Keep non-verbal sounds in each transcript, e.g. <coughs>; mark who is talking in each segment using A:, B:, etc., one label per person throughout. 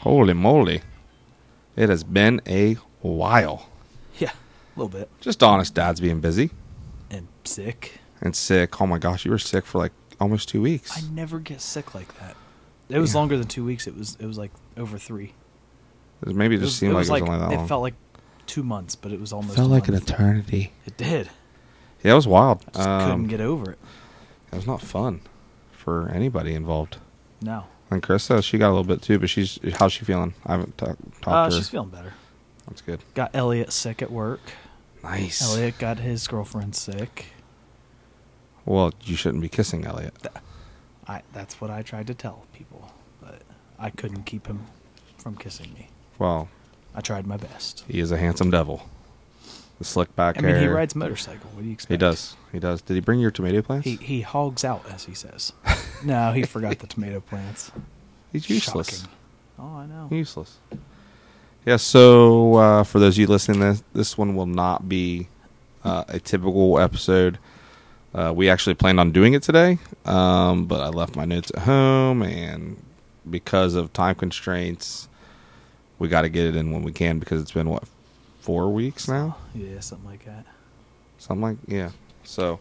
A: Holy moly. It has been a while.
B: Yeah, a little bit.
A: Just honest dad's being busy
B: And sick.
A: and sick. Oh my gosh, you were sick for like almost two weeks.
B: I never get sick like that. It was
A: Yeah.
B: longer than two weeks. It was it was like over three.
A: Maybe it just seemed like it was only that
B: it
A: long.
B: felt like two months, but it was almost
A: Felt
B: a
A: like an
B: month.
A: eternity.
B: It did.
A: Yeah, it was wild.
B: Just
A: Um,
B: couldn't get over it.
A: It was not fun for anybody involved.
B: No.
A: And Krista, she got a little bit too, but she's how's she feeling? I haven't ta- talked
B: Uh,
A: to her.
B: she's feeling better.
A: That's good.
B: Got Elliot sick at work.
A: Nice.
B: Elliot got his girlfriend sick.
A: Well, you shouldn't be kissing Elliot.
B: I that's what I tried to tell people, but I couldn't keep him from kissing me.
A: Well,
B: I tried my best.
A: he is a handsome devil. The slick back
B: I mean, he
A: hair.
B: rides motorcycle. What do you expect?
A: He does. He does. Did he bring your tomato plants?
B: He he hogs out, as
A: <laughs>
B: he says. no, he forgot the tomato plants.
A: He's useless.
B: Shocking. Oh, I know.
A: Useless. Yeah. So uh, for those of you listening, this this one will not be uh, a typical episode. Uh, we actually planned on doing it today, um, but I left my notes at home, and because of time constraints, we got to get it in when we can because it's been what four weeks now.
B: Yeah, something like that.
A: So I'm like, yeah. So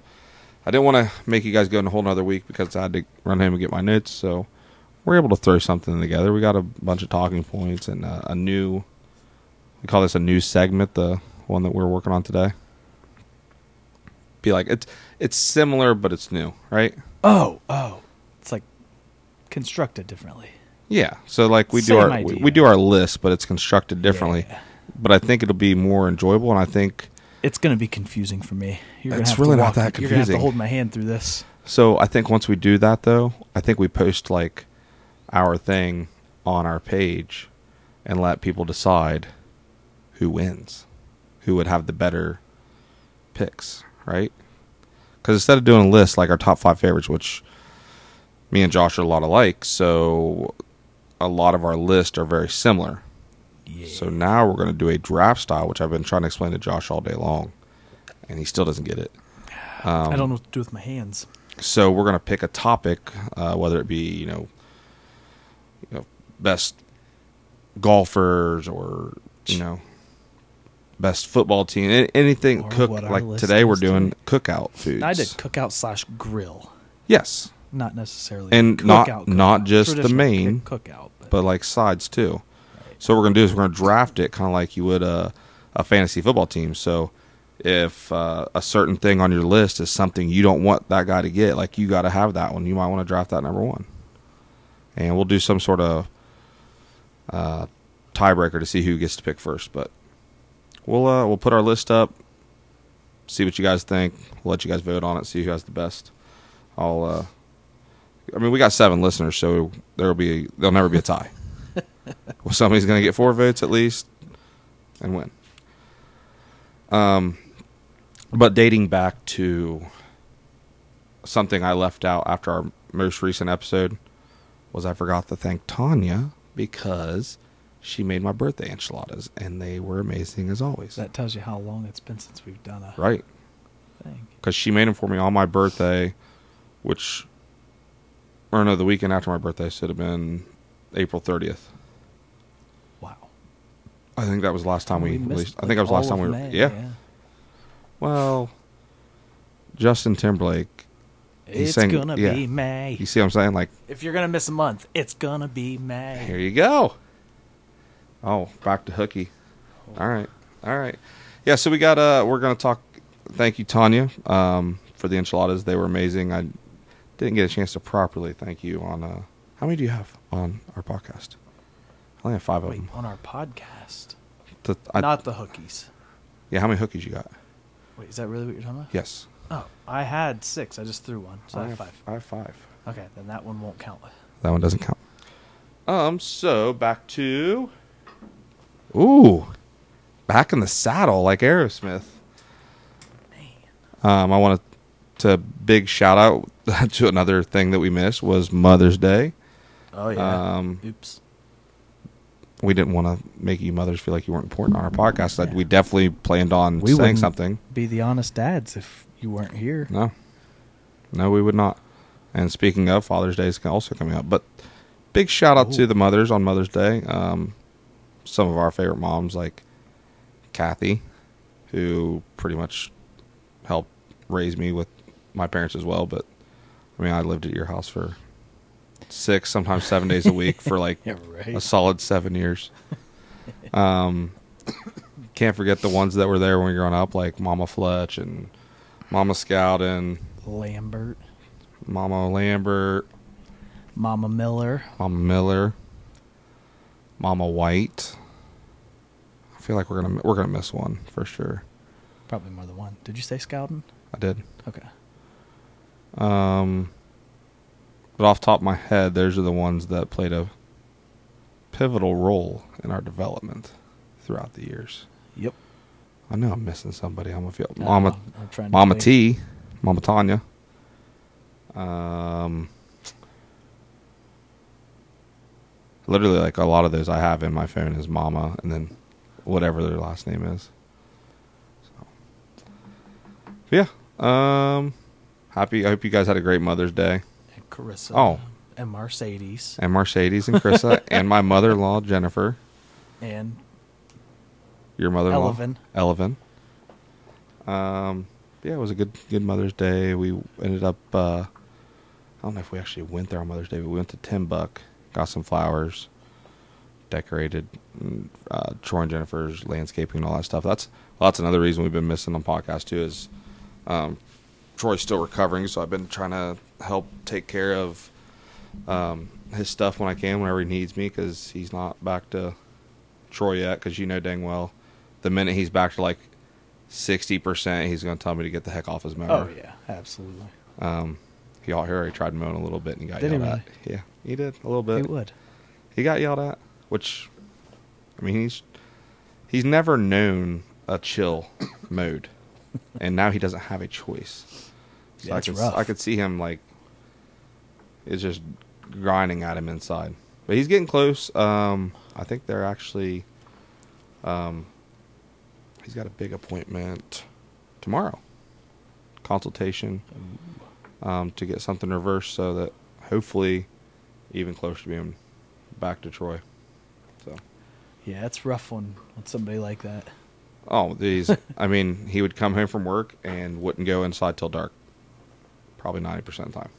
A: I didn't want to make you guys go in a whole nother week because I had to run home and get my notes. So we're able to throw something together. We got a bunch of talking points and uh, a new, we call this a new segment, the one that we're working on today. Be like, it's, it's similar, but it's new, right?
B: Oh, oh, it's like constructed differently.
A: Yeah. So like we
B: Same
A: do our we,
B: idea.
A: we do our list, but it's constructed differently.
B: Yeah.
A: But I think it'll be more enjoyable, and I think
B: It's gonna be confusing for me. You're gonna
A: It's
B: have
A: really
B: to
A: not
B: walk-
A: that
B: You're gonna have to
A: confusing.
B: hold my hand through this.
A: So I think once we do that, though, I think we post like our thing on our page and let people decide who wins, who would have the better picks, right? Because instead of doing a list like our top five favorites, which me and Josh are a lot alike, so a lot of our list are very similar.
B: Yeah.
A: So now we're going to do a draft style, which I've been trying to explain to Josh all day long, and he still doesn't get it.
B: I don't know what to do with my hands.
A: so we're going to pick a topic, uh, whether it be you know, you know, best golfers or you know, best football team, a- anything
B: Or
A: cook
B: what our
A: like
B: list
A: today we're
B: is
A: doing
B: today.
A: cookout foods.
B: I did cookout slash grill,
A: yes,
B: not necessarily
A: And not- not just the
B: Traditional
A: main,
B: cook- cookout, but,
A: but like sides too. So what we're gonna do is we're gonna draft it kind of like you would a a fantasy football team. So if uh, a certain thing on your list is something you don't want that guy to get, like you got to have that one. You might want to draft that number one, and we'll do some sort of uh, tiebreaker to see who gets to pick first. But we'll uh, we'll put our list up, see what you guys think. We'll let you guys vote on it. See who has the best. I'll. Uh, I mean, we got seven listeners, so there'll be there'll never be a tie. well, somebody's going to get four votes at least and win. Um, but dating back to something I left out after our most recent episode was I forgot to thank Tanya because she made my birthday enchiladas and they were amazing as always.
B: that tells you how long it's been since we've done a
A: right
B: thing.
A: because she made them for me on my birthday, which, or no, the weekend after my birthday, should have been April 30th.
B: Wow.
A: I think that was the last time we,
B: missed,
A: released. I
B: like,
A: think that was the last
B: all
A: time we.
B: of
A: Were,
B: May,
A: yeah. Well, Justin Timberlake. He's
B: It's
A: saying-
B: gonna
A: yeah.
B: be May.
A: You see what I'm saying? Like,
B: if you're gonna miss a month, it's gonna be May.
A: here you go. Oh, back to hooky. All right, all right. Yeah, so we got. Uh, we're gonna talk. Thank you, Tanya, um, for the enchiladas. They were amazing. I didn't get a chance to properly thank you on. Uh, how many do you have on our podcast? I only have five of
B: Wait,
A: them.
B: on our podcast,
A: The- I-
B: not the hookies.
A: yeah, how many hookies you got?
B: Wait, is that really what you're talking about?
A: Yes,
B: Oh, I had six. I just threw one,
A: Oh,
B: so I, have five.
A: I have five.
B: Okay, then that one won't count.
A: That one doesn't count. Um, so back to Ooh. Back in the saddle like Aerosmith. Um, I want to to big shout out <laughs> to another thing that we missed was Mother's Day.
B: Oh
A: Um,
B: Oops.
A: We didn't want to make you mothers feel like you weren't important on our podcast. That
B: Yeah.
A: we definitely planned on
B: We
A: saying
B: wouldn't-
A: something.
B: Be the honest dads if you weren't here.
A: No, no, we would not. And speaking of, Father's Day is also coming up. But big shout out to
B: Ooh.
A: the mothers on Mother's Day. Um, some of our favorite moms, like Kathy, who pretty much helped raise me with my parents as well. But I mean, I lived at your house for six, sometimes seven days a week for like
B: <laughs> Yeah, right.
A: a solid seven years. Um, can't forget the ones that were there when we were growing up, like Mama Fletch and Mama Scout and
B: Lambert,
A: Mama Lambert,
B: Mama Miller.
A: Mama Miller, Mama White. I feel like we're gonna we're gonna miss one for sure.
B: Probably more than one. Did you say Scowden?
A: I did.
B: Okay.
A: Um, but off the top of my head, those are the ones that played a pivotal role in our development throughout the years.
B: Yep.
A: I know I'm missing somebody. I'm gonna feel
B: I
A: Mama.
B: don't know. I'm trying to
A: Mama
B: think.
A: T, Mama Tanya. Um, literally, like a lot of those I have in my phone is Mama, and then whatever their last name is. So, yeah. Um, happy. I hope you guys had a great Mother's Day.
B: And Carissa.
A: Oh.
B: And Mercedes.
A: And Mercedes and Krissa and my mother-in-law Jennifer,
B: And
A: your mother-in-law
B: Eleven.
A: Eleven. Um, yeah, it was a good good Mother's Day. We ended up. Uh, I don't know if we actually went there on Mother's Day, but we went to Timbuk, got some flowers, decorated mm, uh, Troy and Jennifer's landscaping and all that stuff. That's well, that's another reason we've been missing on podcast too is um, Troy's still recovering, so I've been trying to help take care of um, his stuff when I can, whenever he needs me, because he's not back to Troy yet. Because you know dang well, the minute he's back to like sixty percent, he's going to tell me to get the heck off his mower.
B: Oh yeah, absolutely.
A: Um, he, al- he already tried mowing a little bit and he got
B: Did he
A: yelled
B: really?
A: at. Yeah, he did a little bit.
B: it would.
A: He got yelled at, which I mean he's he's never known a chill <coughs> mode, and now he doesn't have a choice. So
B: Yeah,
A: I
B: it's
A: could
B: rough.
A: I could see him like it's just grinding at him inside, but he's getting close. Um, I think they're actually um, he's got a big appointment tomorrow, consultation um, to get something reversed so that hopefully even closer to being back to Troy. So,
B: Yeah, it's rough when when somebody like that.
A: oh,
B: <laughs>
A: these. I mean, he would come home from work and wouldn't go inside till dark, probably ninety percent of the time.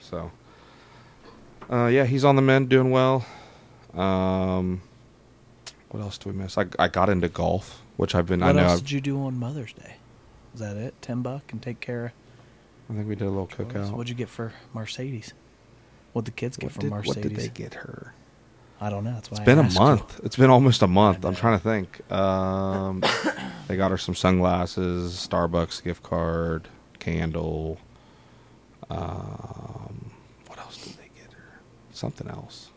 A: So, uh, yeah, he's on the mend, doing well. Um, what else do we miss? I I got into golf, which I've been. I
B: what
A: know.
B: else
A: I've,
B: did you do on Mother's Day? Is that it? Ten buck and take care
A: I think we did a little
B: of
A: cookout.
B: what'd you get for Mercedes? What'd the kids get
A: What
B: for
A: did-
B: Mercedes?
A: what did they get her?
B: I don't know. That's why
A: It's
B: I
A: been a
B: asked you.
A: month. It's been almost a month.
B: I
A: I'm
B: know.
A: trying to think. Um, <coughs> they got her some sunglasses, Starbucks gift card, candle. Um, what else did they get her? Something else.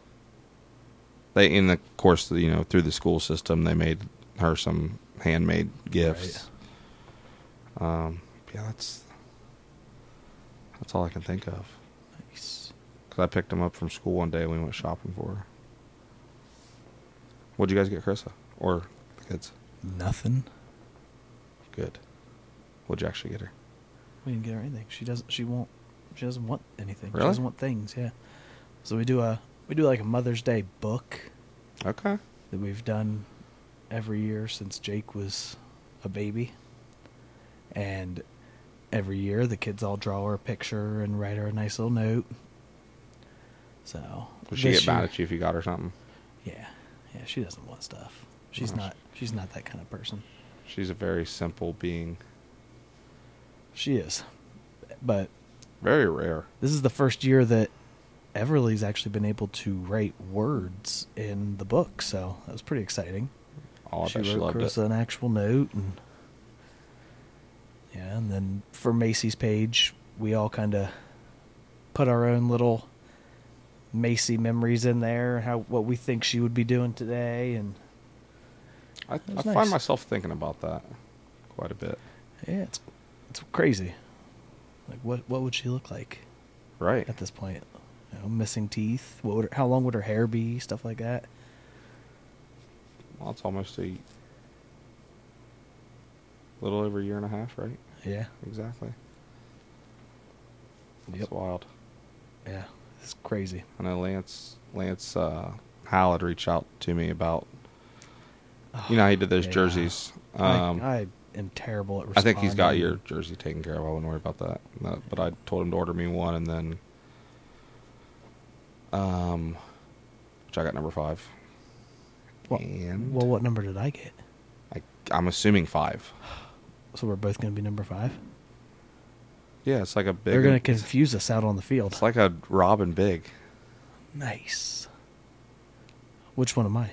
A: They in the course, you know, through the school system, they made her some handmade gifts. Um, yeah, that's that's all I can think of.
B: Nice.
A: Because I picked them up from school one day and we went shopping for her. What'd you guys get, Carissa? Or the kids?
B: Nothing.
A: Good. What'd you actually get her?
B: We didn't get her anything. She doesn't. She won't. She doesn't want anything.
A: Really?
B: She doesn't want things. Yeah. So we do a we do like a Mother's Day book
A: Okay.
B: that we've done every year since Jake was a baby, and every year the kids all draw her a picture and write her a nice little note. So
A: Would she
B: this
A: get mad
B: year-
A: at you if you got her something?
B: Yeah, yeah. She doesn't want stuff. She's
A: No, she-
B: not. She's not that kind of person.
A: She's a very simple being.
B: She is, but
A: Very rare.
B: This is the first year that Everly's actually been able to write words in the book, so that was pretty exciting.
A: Oh, I
B: she
A: bet she
B: wrote
A: loved
B: Chris
A: it.
B: an actual note, and yeah, and then for Macy's page, we all kind of put our own little Macy memories in there, how what we think she would be doing today, and
A: I,
B: was
A: I find
B: nice.
A: myself thinking about that quite a bit.
B: yeah, it's it's crazy. Like, what what would she look like
A: Right.
B: at this point? You know, missing teeth. What would her, how long would her hair be? Stuff like that.
A: Well, it's almost a little over a year and a half, right?
B: Yeah.
A: Exactly. It's
B: Yep.
A: wild.
B: Yeah. It's crazy.
A: I know Lance Lance uh, Howlett reached out to me about you know how he did those
B: Yeah.
A: jerseys. Um, I,
B: I, I am terrible at.
A: think he's got
B: responding.
A: your jersey taken care of. I wouldn't worry about that. No, but I told him to order me one, and then um, which I got number five.
B: Well,
A: and
B: well, what number did I get?
A: I, I'm assuming five.
B: So we're both going to be number five.
A: Yeah, it's like a big.
B: They're going to confuse us out on the field.
A: It's like a Robin big,
B: nice. Which one am I?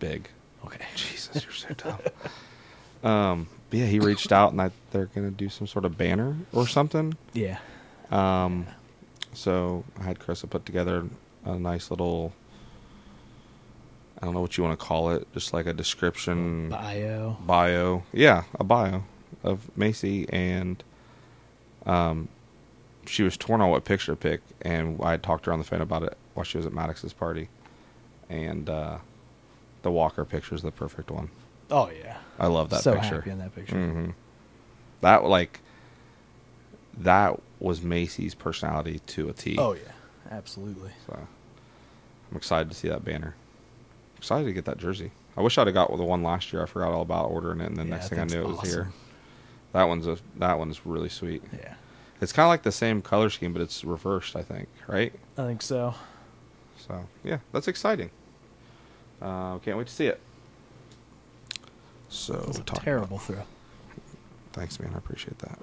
A: big.
B: Okay.
A: Jesus, you're so dumb. um, but yeah, he reached out, and I, they're gonna do some sort of banner or something.
B: Yeah.
A: Um, so I had Carissa put together a nice little. I don't know what you want to call it, just like a description
B: Bio.
A: bio. Yeah, a bio of Macy, and um, she was torn on what picture to pick, and I had talked to her on the phone about it while she was at Maddox's party, and uh, the Walker picture is the perfect one.
B: Oh yeah.
A: I love that
B: so
A: picture.
B: happy in that picture.
A: hmm That like that was Macy's personality to a T.
B: Oh yeah. Absolutely.
A: So I'm excited to see that banner. Excited to get that jersey. I wish I'd have got the one last year. I forgot all about ordering it, and then
B: Yeah,
A: next
B: I
A: thing I
B: think
A: knew,
B: it's
A: it was here.
B: awesome.
A: That one's a that one's really sweet.
B: Yeah.
A: It's kind of like the same color scheme, but it's reversed. I think, right?
B: I think so.
A: Oh, So yeah, that's exciting. Uh, can't wait to see it. So
B: That's a
A: talk about-
B: terrible throw.
A: Thanks, man. I appreciate that.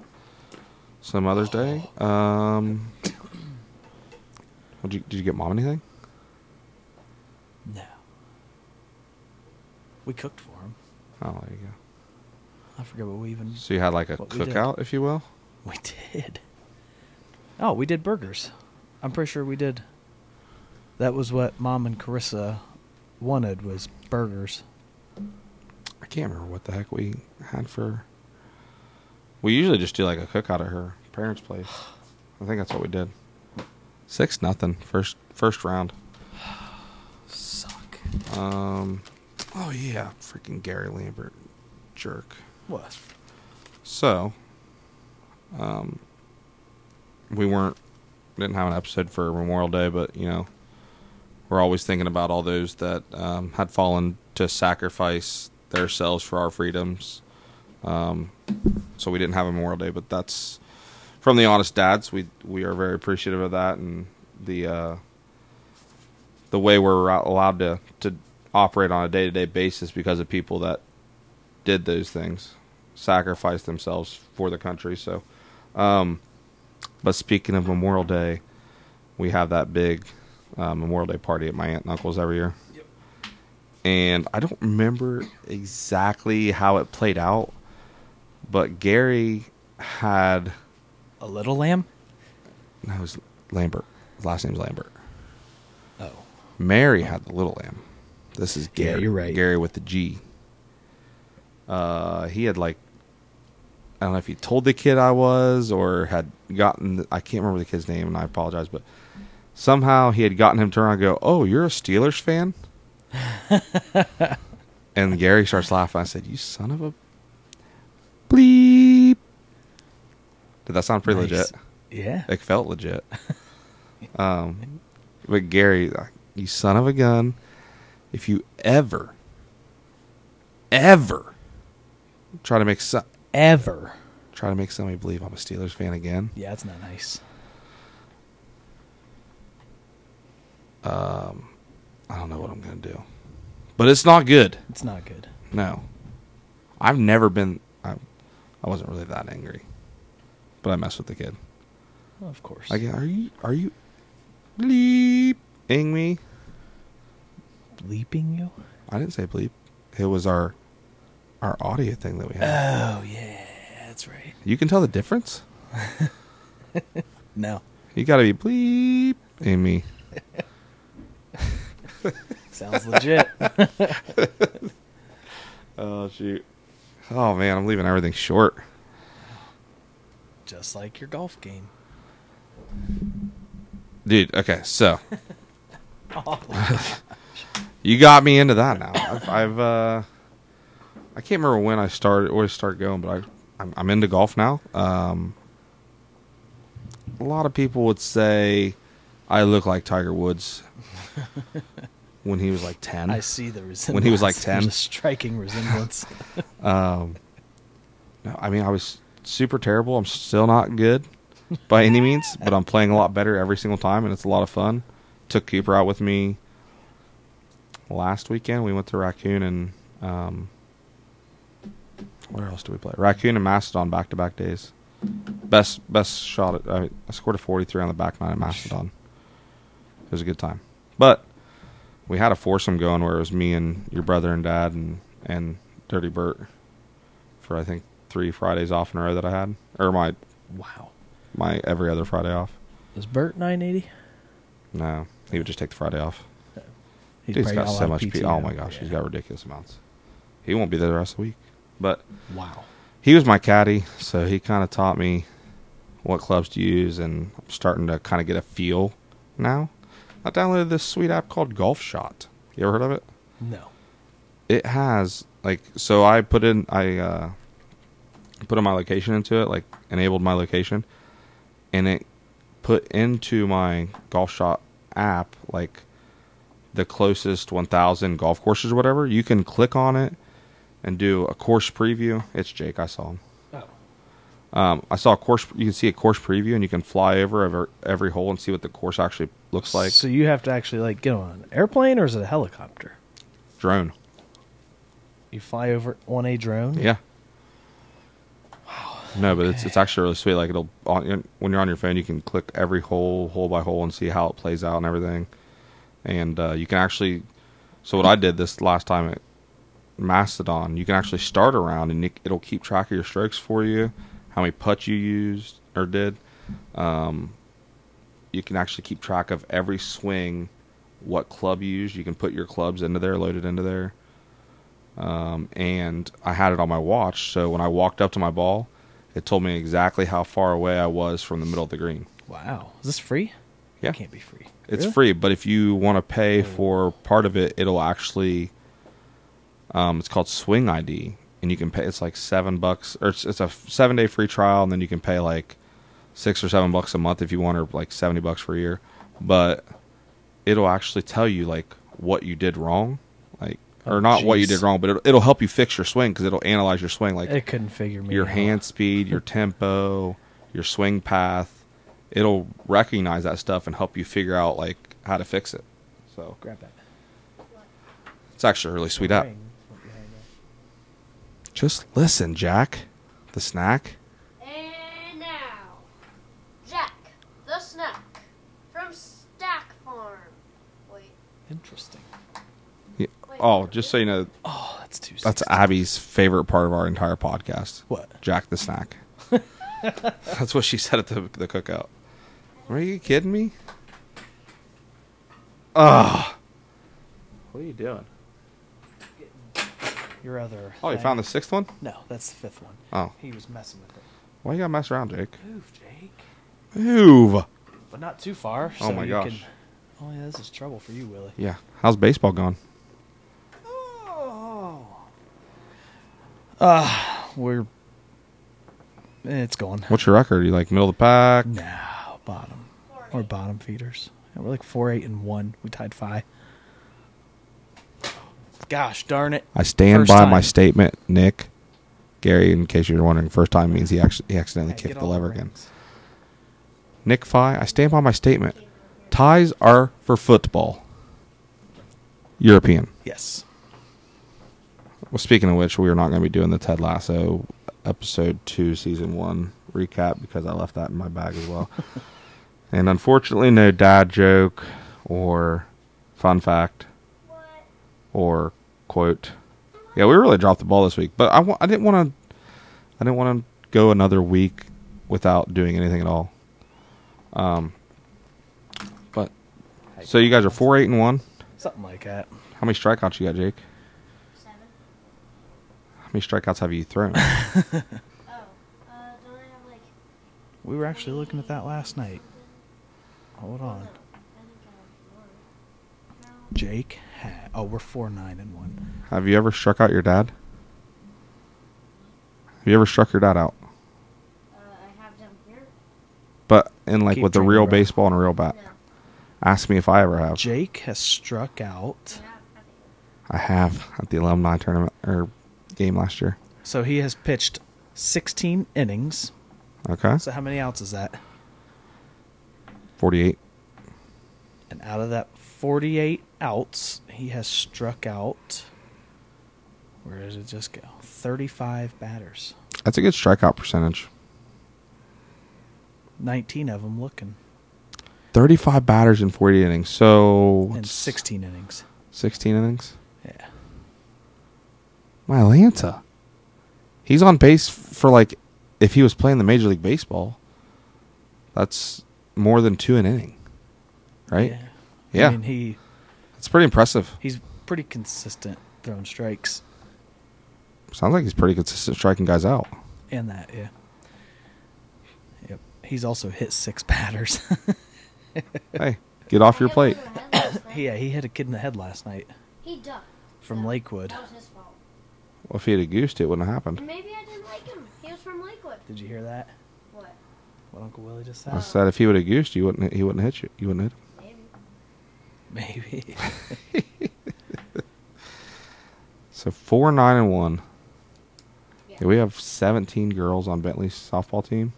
A: So Mother's Day. Um, what'd you, did you get mom anything?
B: No. We cooked for him.
A: Oh, there you go.
B: I forget what we even.
A: So you had like a
B: What we did.
A: cookout, if you will.
B: We did. Oh, we did burgers. I'm pretty sure we did. That was what Mom and Carissa wanted was burgers.
A: I can't remember what the heck we had for. We usually just do like a cookout at her parents' place. I think that's what we did. Six nothing first first round.
B: Suck.
A: Um, oh yeah, freaking Gary Lambert, jerk.
B: What?
A: So, um, we weren't didn't have an episode for Memorial Day, but you know, we're always thinking about all those that um, had fallen to sacrifice themselves for our freedoms. Um, so we didn't have a Memorial Day, but that's from the honest dads. We we are very appreciative of that and the uh, the way we're allowed to to operate on a day to day basis because of people that did those things, sacrificed themselves for the country. So, um, but speaking of Memorial Day, we have that big uh, Memorial Day party at my aunt and uncle's every year.
B: Yep.
A: And I don't remember exactly how it played out, but Gary had
B: A little lamb?
A: no, it was Lambert. His last name's Lambert.
B: Oh.
A: Mary had the little lamb. This is
B: Yeah,
A: Gary.
B: you're right.
A: Gary with the G. Uh, he had like, I don't know if he told the kid I was or had gotten. I can't remember the kid's name, and I apologize, but somehow he had gotten him to turn around and go, "Oh, you're a Steelers
B: <laughs>
A: fan." and Gary starts laughing. I said, "You son of a bleep." Did that sound pretty
B: Nice.
A: legit?
B: Yeah.
A: It felt legit. um, but Gary, like, you son of a gun, if you ever, ever try to make so-
B: Ever.
A: try to make somebody believe I'm a Steelers fan again,
B: Yeah, that's not nice.
A: um, I don't know what I'm gonna do. But it's not good.
B: It's not good.
A: No, I've never been. I, I wasn't really that angry, but I messed with the kid.
B: Of course.
A: Like, are you are you bleeping me?
B: Leaping you?
A: I didn't say bleep. It was our our audio thing that we had.
B: Oh, yeah. That's right.
A: you can tell the difference.
B: No. <laughs>
A: You got to be bleep, Amy.
B: Sounds legit. <laughs>
A: Oh shoot. Oh man, I'm leaving everything short.
B: Just like your golf game.
A: Dude, okay, so
B: Oh.
A: <laughs> you got me into that now. I've, I've uh I can't remember when I started always start going, but I I'm, I'm into golf now. Um a lot of people would say I look like Tiger <laughs> Woods when he was like ten.
B: I see the resemblance.
A: When he was,
C: <laughs>
A: like,
B: There's
A: 10.
B: a
A: <laughs>
B: striking resemblance.
A: Um, no, I mean, I was super terrible. I'm still not good by any means, but I'm playing a lot better every single time, and it's a lot of fun. Took Cooper out with me last weekend. We went to Raccoon and um, where else do we play? Raccoon and Mastodon back to back days. Best best shot. At, I, I scored a 43 on the back nine at Mastodon. It was a good time, but we had a foursome going where it was me and your brother and dad and and Dirty Bert for I think three Fridays off in a row that I had, or my
C: Wow.
A: my every other Friday off.
C: Was Bert 980?
A: No, he would just take the Friday off.
B: He's
A: Dude's got so much. P- oh my gosh, he's got ridiculous amounts. He won't be there the rest of the week, but
B: Wow.
A: he was my caddy, so he kind of taught me what clubs to use, and I'm starting to kind of get a feel now. I downloaded this sweet app called Golf Shot. You ever heard of it?
C: No.
A: it has like so i put in i uh put in my location into it like enabled my location and it put into my golf shot app like the closest 1000 golf courses or whatever you can click on it and do a course preview it's jake i saw him
C: Oh.
A: um, i saw a course you can see a course preview and you can fly over every, every hole and see what the course actually looks like
C: so you have to actually like get on an airplane or is it a helicopter?
A: drone
C: You fly over on a drone?
B: Mm-hmm.
A: Yeah. No, but it's it's actually really sweet. Like it'll on, when you're on your phone, you can click every hole, hole by hole, and see how it plays out and everything. And uh, you can actually, so what I did this last time at Mastodon, you can actually start around and it, it'll keep track of your strokes for you, how many putts you used or did. Um, you can actually keep track of every swing, what club you used. You can put your clubs into there, loaded into there um, and I had it on my watch. So when I walked up to my ball, it told me exactly how far away I was from the middle of the green.
C: Wow. Is this free?
A: Yeah,
C: It can't be free.
A: it's
C: Really?
A: free, but if you want to pay
C: Hmm.
A: for part of it, it'll actually. Um, it's called Swing ID, and you can pay. It's like seven bucks, or it's, it's a seven day free trial, and then you can pay like six or seven bucks a month if you want, or like seventy bucks for a year. But it'll actually tell you like what you did wrong, like or
C: Oh,
A: not what you
C: jeez.
A: did wrong, but it'll, it'll help you fix your swing because it'll analyze your swing. Like
C: It couldn't figure me
A: your
C: out.
A: hand speed, <laughs> your tempo, your swing path. It'll recognize that stuff and help you figure out like how to fix it. So
C: Grab that.
A: it's actually a really sweet app.
C: Ring.
A: Just listen, Jack. The snack.
D: And now, Jack the Snack from Stack Farm. Wait,
C: Interesting.
D: wait.
A: Oh, just so you know,
C: Oh, that's too
A: that's Abby's favorite part of our entire podcast.
C: What?
A: Jack the <laughs> snack. that's what she said at the the cookout. Are you kidding me? Ah. What are you doing?
C: Your other.
A: Oh, you
C: thing.
A: found the sixth one?
C: No, that's the fifth one.
A: Oh.
C: He was messing with it.
A: Why you gotta mess around, Jake?
C: Move, Jake.
A: Move.
C: But not too far.
A: Oh
C: so
A: my
C: you
A: gosh.
C: Can... Oh, yeah, this is trouble for you, Willie.
A: Yeah. How's baseball going?
C: Oh. Uh, we're. It's going.
A: What's your record? you like middle of the pack?
C: No, bottom. We're bottom feeders. Yeah, We're like four, eight, and one. We tied five. Gosh darn it!
A: I stand
C: First
A: by
C: time.
A: my statement, Nick. Gary, in case you're wondering, first time means he actually he accidentally
C: Hey, get
A: kicked the
C: all
A: lever again.
C: rings.
A: Nick Fi, I stand by my statement. Ties are for football. European.
C: Yes.
A: Well, speaking of which, we are not going to be doing the Ted Lasso episode two, season one recap because I left that in my bag as
C: <laughs>
A: well. and unfortunately, no dad joke or fun fact or quote. Yeah, we really dropped the ball this week, but I wa- I didn't want to. I didn't want to go another week without doing anything at all. Um, but so you guys are four, eight, and one.
C: Something like that.
A: How many strikeouts you got, Jake?
D: Seven.
A: How many strikeouts have you thrown?
D: Oh, uh, don't I have like.
C: We were actually looking at that last night. Hold
D: Oh, no. I
C: on.
D: think I have one. No.
C: Jake had. Oh, we're four, nine, and one.
A: Have you ever struck out your dad? Have you ever struck your dad out?
D: Uh, I have down here.
A: But in like
C: Keep
A: with the
C: drinking,
A: real
C: bro. Uh,
A: baseball and real bat.
D: No.
A: Ask me if I ever have.
B: Jake has struck out.
D: Yeah, I think-
A: I have at the alumni tournament or game last year.
B: So he has pitched 16 innings.
A: Okay,
B: So how many outs is that?
A: forty-eight.
B: And out of that 48 outs, he has struck out. Where did it just go? 35 batters.
A: That's a good strikeout percentage.
B: 19 of them looking.
A: Thirty-five batters in forty innings. So
B: And
A: it's
B: 16 innings.
A: 16 innings.
B: Yeah.
A: My Atlanta. He's on base for like if he was playing the Major League Baseball. That's more than two an inning, right?
B: Yeah.
A: Yeah.
B: I mean, he,
A: It's pretty impressive.
B: he's pretty consistent throwing strikes
A: Sounds like he's pretty consistent striking guys out.
B: in that, yeah. Yep. He's also hit six <laughs> batters.
A: hey, get off your
D: I hit
A: plate.
D: him in the head last
C: <coughs>
D: night.
B: <laughs> yeah, he hit a kid in the head last night
D: He ducked.
B: from
D: Yeah,
B: Lakewood.
D: That was his fault.
A: Well, if he had a goose, it wouldn't have happened.
D: Maybe I didn't like him. He was from Lakewood.
B: Did you hear that?
D: What?
B: What Uncle Willie just
A: I
B: said?
A: said if he would have goosed, you wouldn't. He wouldn't hit you. You wouldn't hit him.
D: Maybe.
B: <laughs>
A: <laughs>
B: Maybe.
A: <laughs> So four, nine, and one.
D: Yeah.
A: Yeah, we have 17 girls on Bentley's softball team.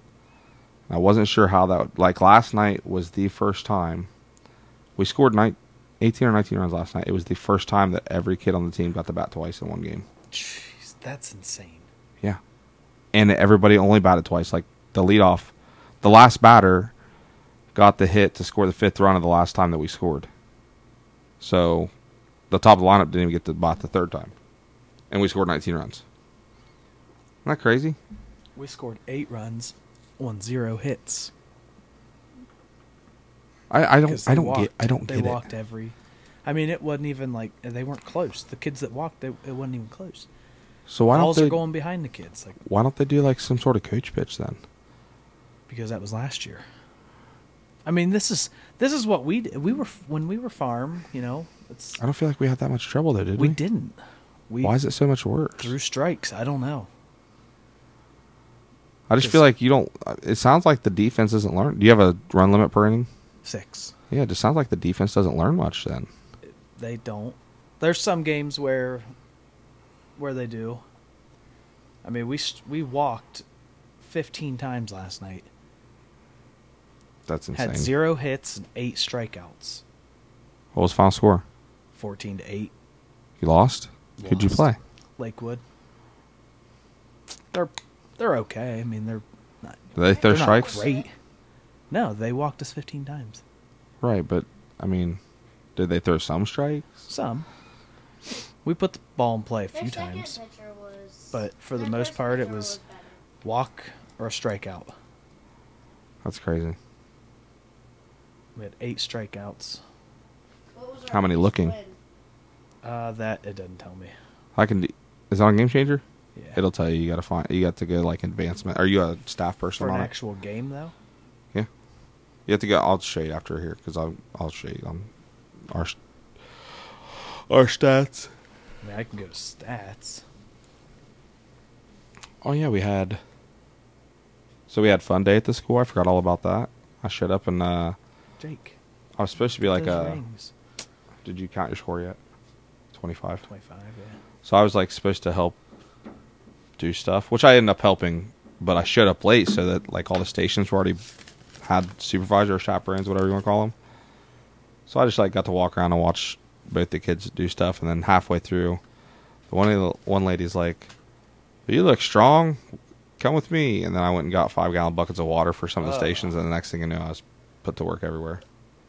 A: I wasn't sure how that like last night was the first time we scored nine, 18 or 19 runs last night. It was the first time that every kid on the team got the bat twice in one game.
B: Jeez, that's insane.
A: Yeah. And everybody only batted twice. Like the leadoff, the last batter got the hit to score the fifth run of the last time that we scored. So the top of the lineup didn't even get the bat the third time. And we scored 19 runs. Isn't that crazy?
B: We scored eight runs on zero hits.
A: I, I don't
B: 'Cause they
A: I don't
B: walked-
A: get I don't
B: they
A: get
B: walked
A: it.
B: every. I mean, it wasn't even like they weren't close. The kids that walked, they, it wasn't even close.
A: So why don't
B: Balls
A: they
B: are going behind the kids, like
A: why don't they do like some sort of coach pitch then?
B: because that was last year. I mean, this is this is what we did. we were when we were farm. You know, it's
A: I don't feel like we had that much trouble though, did we?
B: we didn't. We
A: Why is it so much worse?
B: through strikes? I don't know.
A: I just feel like you don't. uh, It sounds like the defense isn't learned. Do you have a run limit per inning?
B: Six.
A: Yeah, it just sounds like the defense doesn't learn much then.
B: They don't. There's some games where where they do. I mean, we s- we walked 15 times last night.
A: That's insane.
B: Had zero hits and eight strikeouts.
A: What was final score?
B: 14 to 8
A: You lost? Who'd you
B: Lost.
A: play?
B: Lakewood. They're they're okay. I mean, they're not
A: Did they
D: They're
A: throw
B: they're not
A: strikes?
B: great. No, they walked us 15 times.
A: Right, but I mean, did they throw some strikes?
B: Some. We put the ball in play a
D: Their
B: few
D: second
B: times.
D: pitcher was-
B: But for the
D: their
B: most
D: first
B: part, it
D: pitcher
B: was-
D: better.
B: Walk or a strikeout.
A: That's crazy.
B: We had eight strikeouts.
D: What was our
A: How many
D: first
A: looking?
D: win?
B: Uh, that it doesn't tell me.
A: I can. Do, is it on Game Changer?
B: Yeah.
A: It'll tell you. You got to find. You got to go like advancement. Are you a staff person
B: for an
A: on it?
B: actual game though.
A: Yeah. You have to go. I'll show you after here because I'll I'll show you on our s- our stats.
B: I mean, I can go to stats.
A: Oh yeah, we had. So we had fun day at the school. I forgot all about that. I showed up and uh,
B: Jake,
A: I was supposed to be like
B: those
A: a.
B: rings.
A: Did you count your score yet? Twenty five.
B: twenty-five. Yeah,
A: So I was like supposed to help do stuff, which I ended up helping, but I showed up late so that like all the stations were already had supervisor or chaperones, whatever you want to call them. So I just like got to walk around and watch both the kids do stuff, and then halfway through, the one of the- one lady's like, "You look strong, come with me." And then I went and got five gallon buckets of water for some of the
B: Oh.
A: stations, and the next thing I knew, I was put to work everywhere.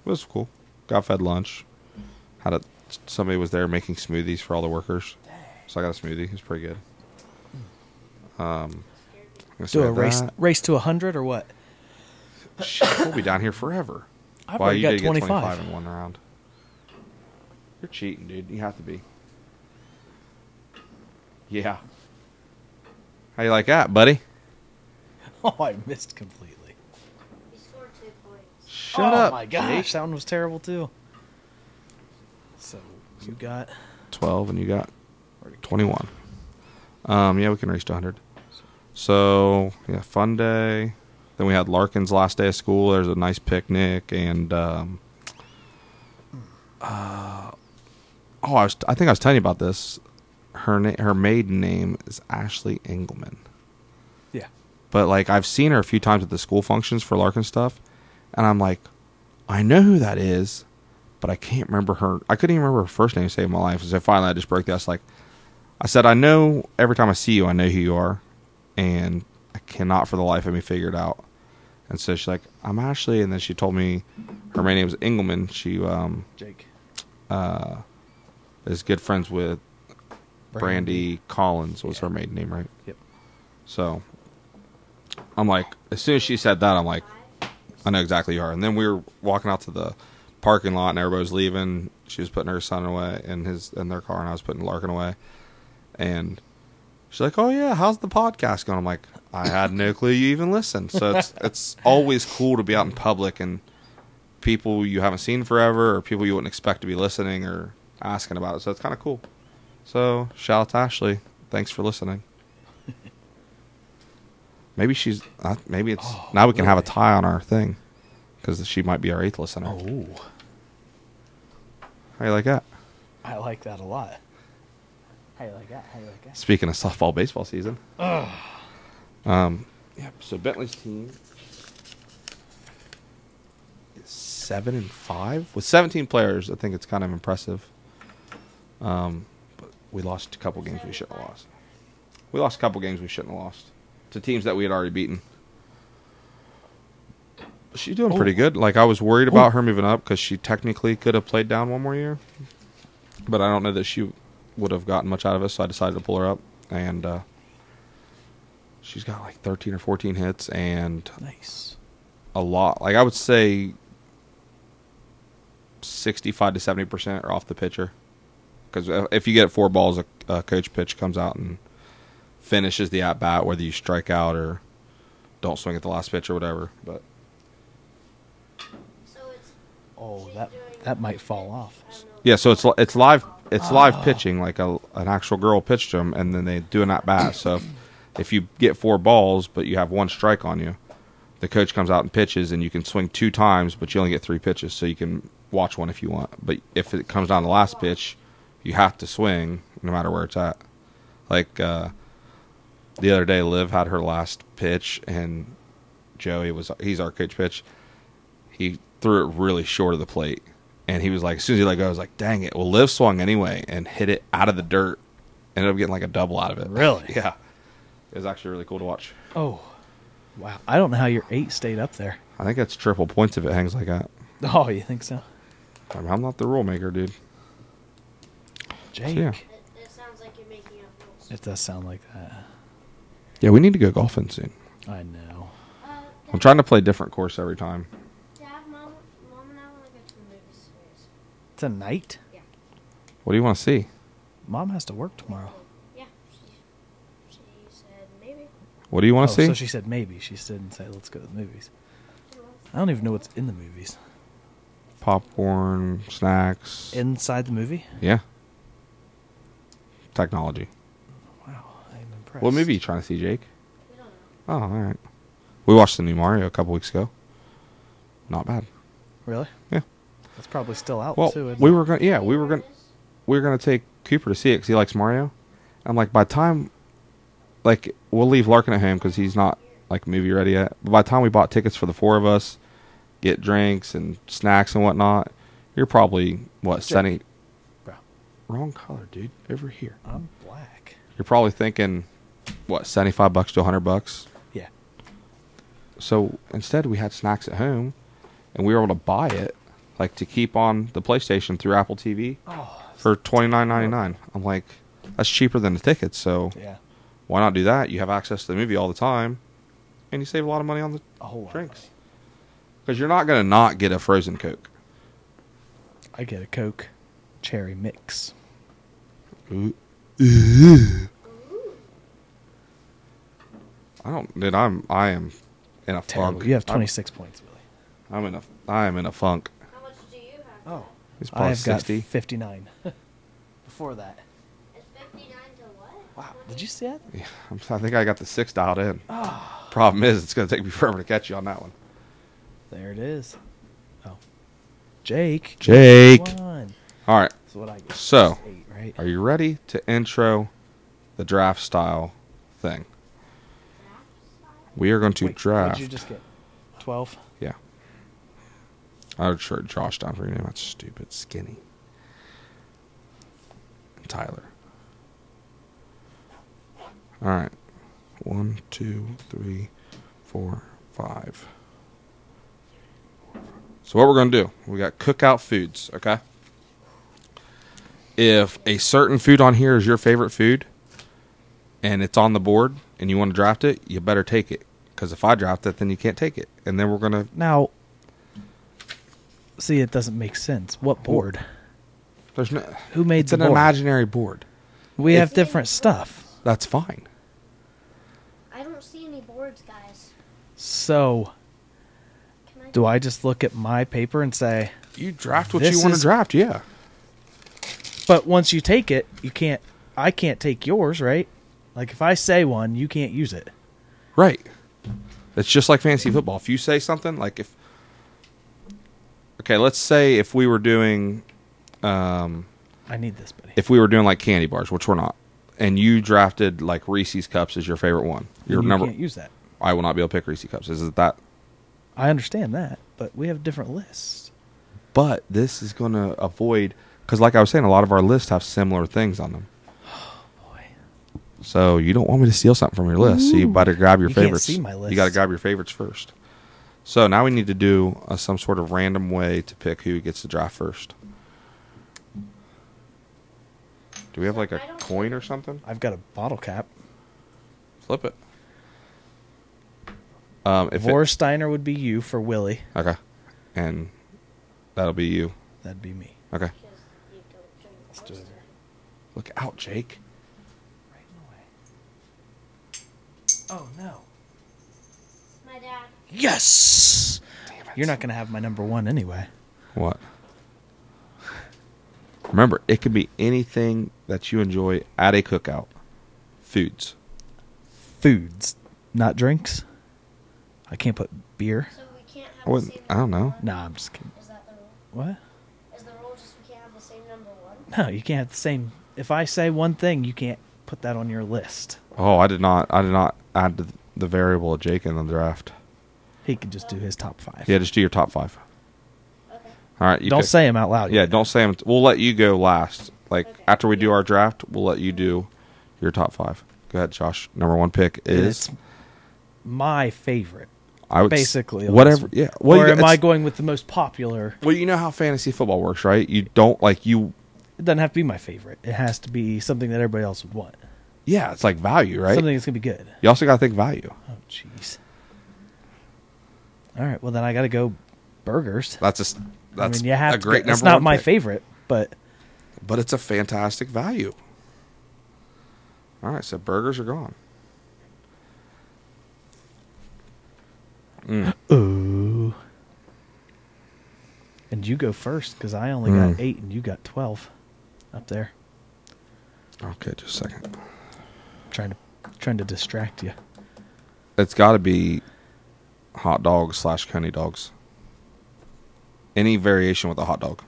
A: It was cool. Got fed lunch. Had a somebody was there making smoothies for all the workers, so I got a smoothie. It's pretty good.
B: Hmm.
A: Um, let's
B: do
A: see
B: a
A: about
B: race
A: that.
B: race to hundred or what?
A: <laughs>
B: <laughs>
A: Shit, we'll be down here forever.
B: I've
A: Well,
B: already
A: you
B: got
A: did get
B: 25.
A: 25 in one round. You're cheating, dude. You have to be. Yeah. How you like that, buddy?
B: Oh, I missed completely.
D: He scored two points.
A: Shut
B: oh
A: up.
B: my gosh, that one was terrible too. So you got
A: 12 and you got 21. Um, yeah, we can reach to 100. So, yeah, fun day. Then we had Larkin's last day of school. There's a nice picnic and um, uh, oh, I, was, I think I was telling you about this. Her na- her maiden name is Ashley Engelman,
B: Yeah.
A: but like I've seen her a few times at the school functions for Larkin stuff, and I'm like, I know who that is, but I can't remember her. I couldn't even remember her first name. Saved my life. So finally, I just broke that. It's like, I said, I know every time I see you, I know who you are, and I cannot for the life of me figure it out. And so she's like, I'm Ashley, and then she told me her main name is Engelman. She um,
B: Jake.
A: uh, is good friends with Brandy, Collins was
B: Yeah.
A: her maiden name, right?
B: Yep.
A: So I'm like, as soon as she said that, I'm like, I know exactly who you are. And then we were walking out to the parking lot, and everybody was leaving. She was putting her son away in his in their car, and I was putting Larkin away. And she's like, "Oh yeah, how's the podcast going?" I'm like, "I had no clue you even listened." So
B: <laughs>
A: it's it's always cool to be out in public and people you haven't seen forever, or people you wouldn't expect to be listening or asking about it. So it's kind of cool. So shout out to Ashley. Thanks for
B: <laughs>
A: listening. Maybe she's uh, maybe it's
B: Oh,
A: now we can have a
B: really?
A: tie on our thing because she might be our eighth listener.
B: Oh,
A: How you like that?
B: I like that a lot. How you like that? How you like that?
A: Speaking of softball baseball season. Um, yep. So Bentley's team is seven and five with seventeen players. I think it's kind of impressive. Um, but we lost a couple games we shouldn't have lost. We lost a couple games we shouldn't have lost to teams that we had already beaten. She's doing pretty good. Like I was worried about her moving up because she technically could have played down one more year, but I don't know that she would have gotten much out of it. So I decided to pull her up, and uh, she's got like 13 or 14 hits and
B: Nice.
A: a lot. Like I would say, 65 to 70 percent are off the pitcher, because if you get four balls, a, a coach pitch comes out and finishes the at bat, whether you strike out or don't swing at the last pitch or whatever. But
D: So it's.
B: Oh, that that might fall off.
D: I don't know.
A: Yeah, so it's li- it's live it's
B: Ah.
A: live pitching like a an actual girl pitched them, and then they do an at bat. So if, if you get four balls but you have one strike on you, the coach comes out and pitches, and you can swing two times, but you only get three pitches, so you can watch one if you want. But if it comes down to the last pitch, you have to swing no matter where it's at. Like uh, the other day, Liv had her last pitch, and Joey was he's our coach pitch. He threw it really short of the plate, and he was like, as soon as he let go, I was like, dang it. Well, Liv swung anyway and hit it out of the dirt. Ended up getting like a double out of it.
B: Really?
A: <laughs> yeah. It was actually really cool to watch.
B: Oh, wow. I don't know how your eight stayed up there.
A: I think that's triple points if it hangs like that.
B: Oh, you think so?
A: I mean, I'm not the rule maker, dude.
B: Jake.
A: yeah.
D: It, it sounds like you're making up rules.
B: It does sound like that.
A: Yeah, we need to go golfing soon.
B: I know.
D: Uh,
A: I'm trying to play a different course every time.
D: Dad, mom, mom and I want to go to the movies. first.
B: Tonight?
D: Yeah.
A: What do you want to see?
B: Mom has to work tomorrow.
D: Yeah. She, she said maybe.
A: What do you want to see?
B: Oh, so she said maybe. She didn't say let's go to the movies. I don't even know what's in the movies.
A: Popcorn, snacks.
B: Inside the movie?
A: yeah. Technology.
B: Wow, I'm impressed.
A: What movie are you trying to see, Jake?
D: We don't know.
A: Oh, all right. We watched the new Mario a couple weeks ago. Not bad.
B: Really?
A: Yeah.
B: It's probably still out
A: Well,
B: too. isn't
A: we
B: it?
A: were gonna. Yeah, we were gonna. We were gonna take Cooper to see it because he likes Mario. I'm like, by the time, like, we'll leave Larkin at home because he's not like movie ready yet. But by the time we bought tickets for the four of us, get drinks and snacks and whatnot, you're probably what
B: Jake.
A: seventy.
B: Bro,
A: Wrong color, dude. Over here.
B: I'm black.
A: You're probably thinking, what, seventy five bucks to hundred bucks
B: Yeah.
A: so instead we had snacks at home and we were able to buy it like to keep on the playstation through apple tv
B: Oh.
A: for $29.99 i'm like that's cheaper than the tickets so
B: Yeah.
A: why not do that you have access to the movie all the time and you save a lot of money on the
B: A whole lot. of
A: drinks because you're not going to not get a frozen coke
B: money. I get a Coke cherry mix.
A: i don't dude i'm i am in a
B: Terrible.
A: funk
B: You have
A: I'm-
B: 26 points, Willie.
A: i'm, in a i am in a funk
D: How much do you have?
B: Oh.
A: it's probably
B: I've got
A: 60
B: 59. <laughs> Before that.
D: It's 59 to what?
B: Wow. Did you see that?
A: Yeah, I'm, <laughs> i think i got the six dialed in
B: Oh.
A: problem is it's going to take me <laughs> forever to catch you on that one
B: There it is. Oh. Jake.
A: Jake.
B: Come on.
A: All right.
E: That's what I get.
A: So.
E: Just eight, right?
A: Are you ready to intro the draft style thing? We are going to
E: Wait,
A: draft.
E: What'd you just get? Twelve.
A: yeah. I would short Josh down for your name. That's stupid. Skinny. Tyler. All right. One, two, three, four, five. So what we're going to do? We got cookout foods. Okay. If a certain food on here is your favorite food, and it's on the board, and you want to draft it, you better take it. Because if I draft it, then you can't take it, and then we're gonna
B: Now, see, it doesn't make sense. What board?
A: There's no.
B: Who made
A: it's
B: the
A: an
B: board?
A: imaginary board?
B: We
A: If-
B: have different stuff.
A: That's fine.
D: I don't see any boards, guys.
B: So,
D: Can I?
B: do I just look at my paper and say,
A: You draft what
B: This
A: you want to
B: is-
A: draft. Yeah.
B: but once you take it, you can't, I can't take yours, right? Like, if I say one, you can't use it.
A: Right. It's just like fantasy football. If you say something like if Okay, let's say if we were doing um
B: I need this, buddy.
A: if we were doing like candy bars, which we're not, and you drafted like Reese's cups as your favorite one. Your
B: Then you
A: number
B: can't use that.
A: I will not be able to pick Reese's cups. Is it that
B: I understand that, but we have different lists.
A: but this is going to avoid because like i was saying a lot of our lists have similar things on them so you don't want me to steal something from your list so you better grab your
B: You can't
A: favorites
B: see my list.
A: you got to grab your favorites first so now we need to do uh, some sort of random way to pick who gets to draft first do we have like a coin or something
B: I've got a bottle cap.
A: flip it um if it-
B: Vorsteiner would be you for Willie.
A: okay and that'll be you
B: That'd be me.
A: okay
D: Because you don't drink
E: Let's do
D: Oyster.
E: it.
A: look out jake
B: Oh no.
D: My dad.
B: Yes. You're not going to have my number one anyway.
A: What? Remember, it can be anything that you enjoy at a cookout. Foods.
B: Foods, not drinks. I can't put beer.
D: So we can't have
A: I
D: the
A: wouldn't.
D: same
A: I don't know.
D: number
B: Nah, I'm just kidding.
D: one? Is that the rule?
B: What?
D: Is the rule just we can't have the same number one?
B: No, you can't have the same. If I say one thing, you can't put that on your list.
A: Oh, I did not. I did not add the, the variable of Jake in the draft.
B: He can just do his top five.
A: Yeah, just do your top five.
D: Okay.
A: All right. You
B: don't
A: pick-
B: say him out loud.
A: Yeah, don't say 'em. We'll let you go last. Like
D: Okay.
A: after we do our draft, we'll let you do your top five. Go ahead, Josh. Number one pick is
B: It's my favorite.
A: I would s-
B: basically on
A: whatever.
B: this
A: Yeah. Well,
B: or
A: you,
B: am I
A: it's-
B: going with the most popular?
A: well, you know how fantasy football works, right? You don't like you.
B: It doesn't have to be my favorite. It has to be something that everybody else would want.
A: Yeah, it's like value, right?
B: Something that's gonna be good.
A: You also got to think value.
B: Oh jeez. All right. Well then I gotta go burgers.
A: That's a s- that's
B: I mean, you have
A: a
B: to
A: great
B: go-
A: number.
B: It's not
A: one
B: my
A: pick,
B: favorite, but
A: but it's a fantastic value. All right, so burgers are gone. Mm.
B: ooh. And you go first because I only
A: Mm.
B: got eight and you got twelve up there.
A: Okay, just a second.
B: Trying to trying to distract you.
A: It's got to be hot dogs slash coney dogs. Any variation with a hot dog.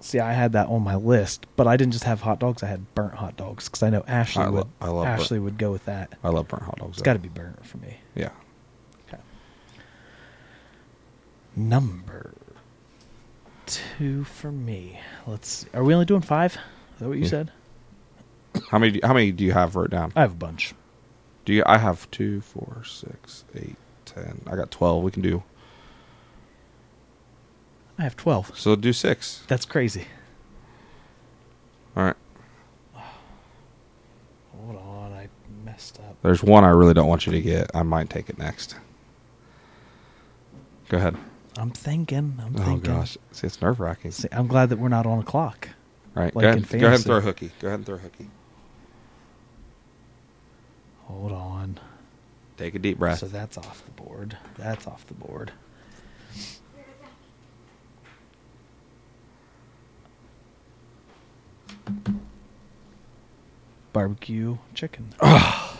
B: See, I had that on my list, but I didn't just have hot dogs. I had burnt hot dogs because I know Ashley
A: I lo-
B: would.
A: I love burnt-
B: Ashley would go with that.
A: I love burnt hot dogs.
B: It's got to be burnt for me.
A: Yeah.
B: Okay. Number two for me. Let's. See. Are we only doing five? Is that what you
A: Yeah.
B: said?
A: How many? How many do you have wrote down?
B: I have a bunch.
A: Do you? I have two, four, six, eight, ten. I got twelve. We can do.
B: I have twelve.
A: So do six.
B: That's crazy.
A: All right.
B: Hold on, I messed up.
A: There's one I really don't want you to get. I might take it next. Go ahead.
B: I'm thinking. I'm
A: Oh
B: thinking.
A: gosh, see, it's nerve wracking.
B: See, I'm glad that we're not on a clock.
A: Right,
B: like
A: go ahead.
B: in
A: Go ahead and
B: fantasy.
A: throw a hooky. Go ahead and throw a hooky.
B: Hold on.
A: Take a deep breath.
B: So that's off the board. That's off the board. Barbecue
A: <coughs>
B: chicken.
A: That's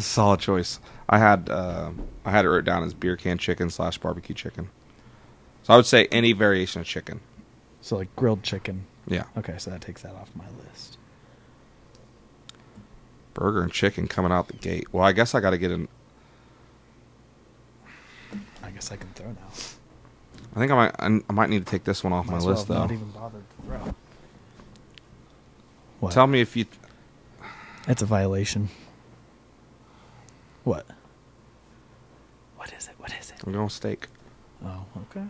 A: a solid choice. I had um I had it wrote down as beer can chicken slash barbecue chicken. So I would say any variation of chicken.
B: So like grilled chicken.
A: Yeah.
B: Okay, so that takes that off my list.
A: Burger and chicken coming out the gate. Well, I guess I got to get an.
B: I guess I can throw now.
A: I think I might. I I might need to take this one off
B: Might
A: my
B: as well
A: list
B: have Not
A: though.
B: even bothered to throw. What?
A: Tell me if you.
B: That's a violation. What? What is it? What is it?
A: I'm going steak.
B: Oh, okay.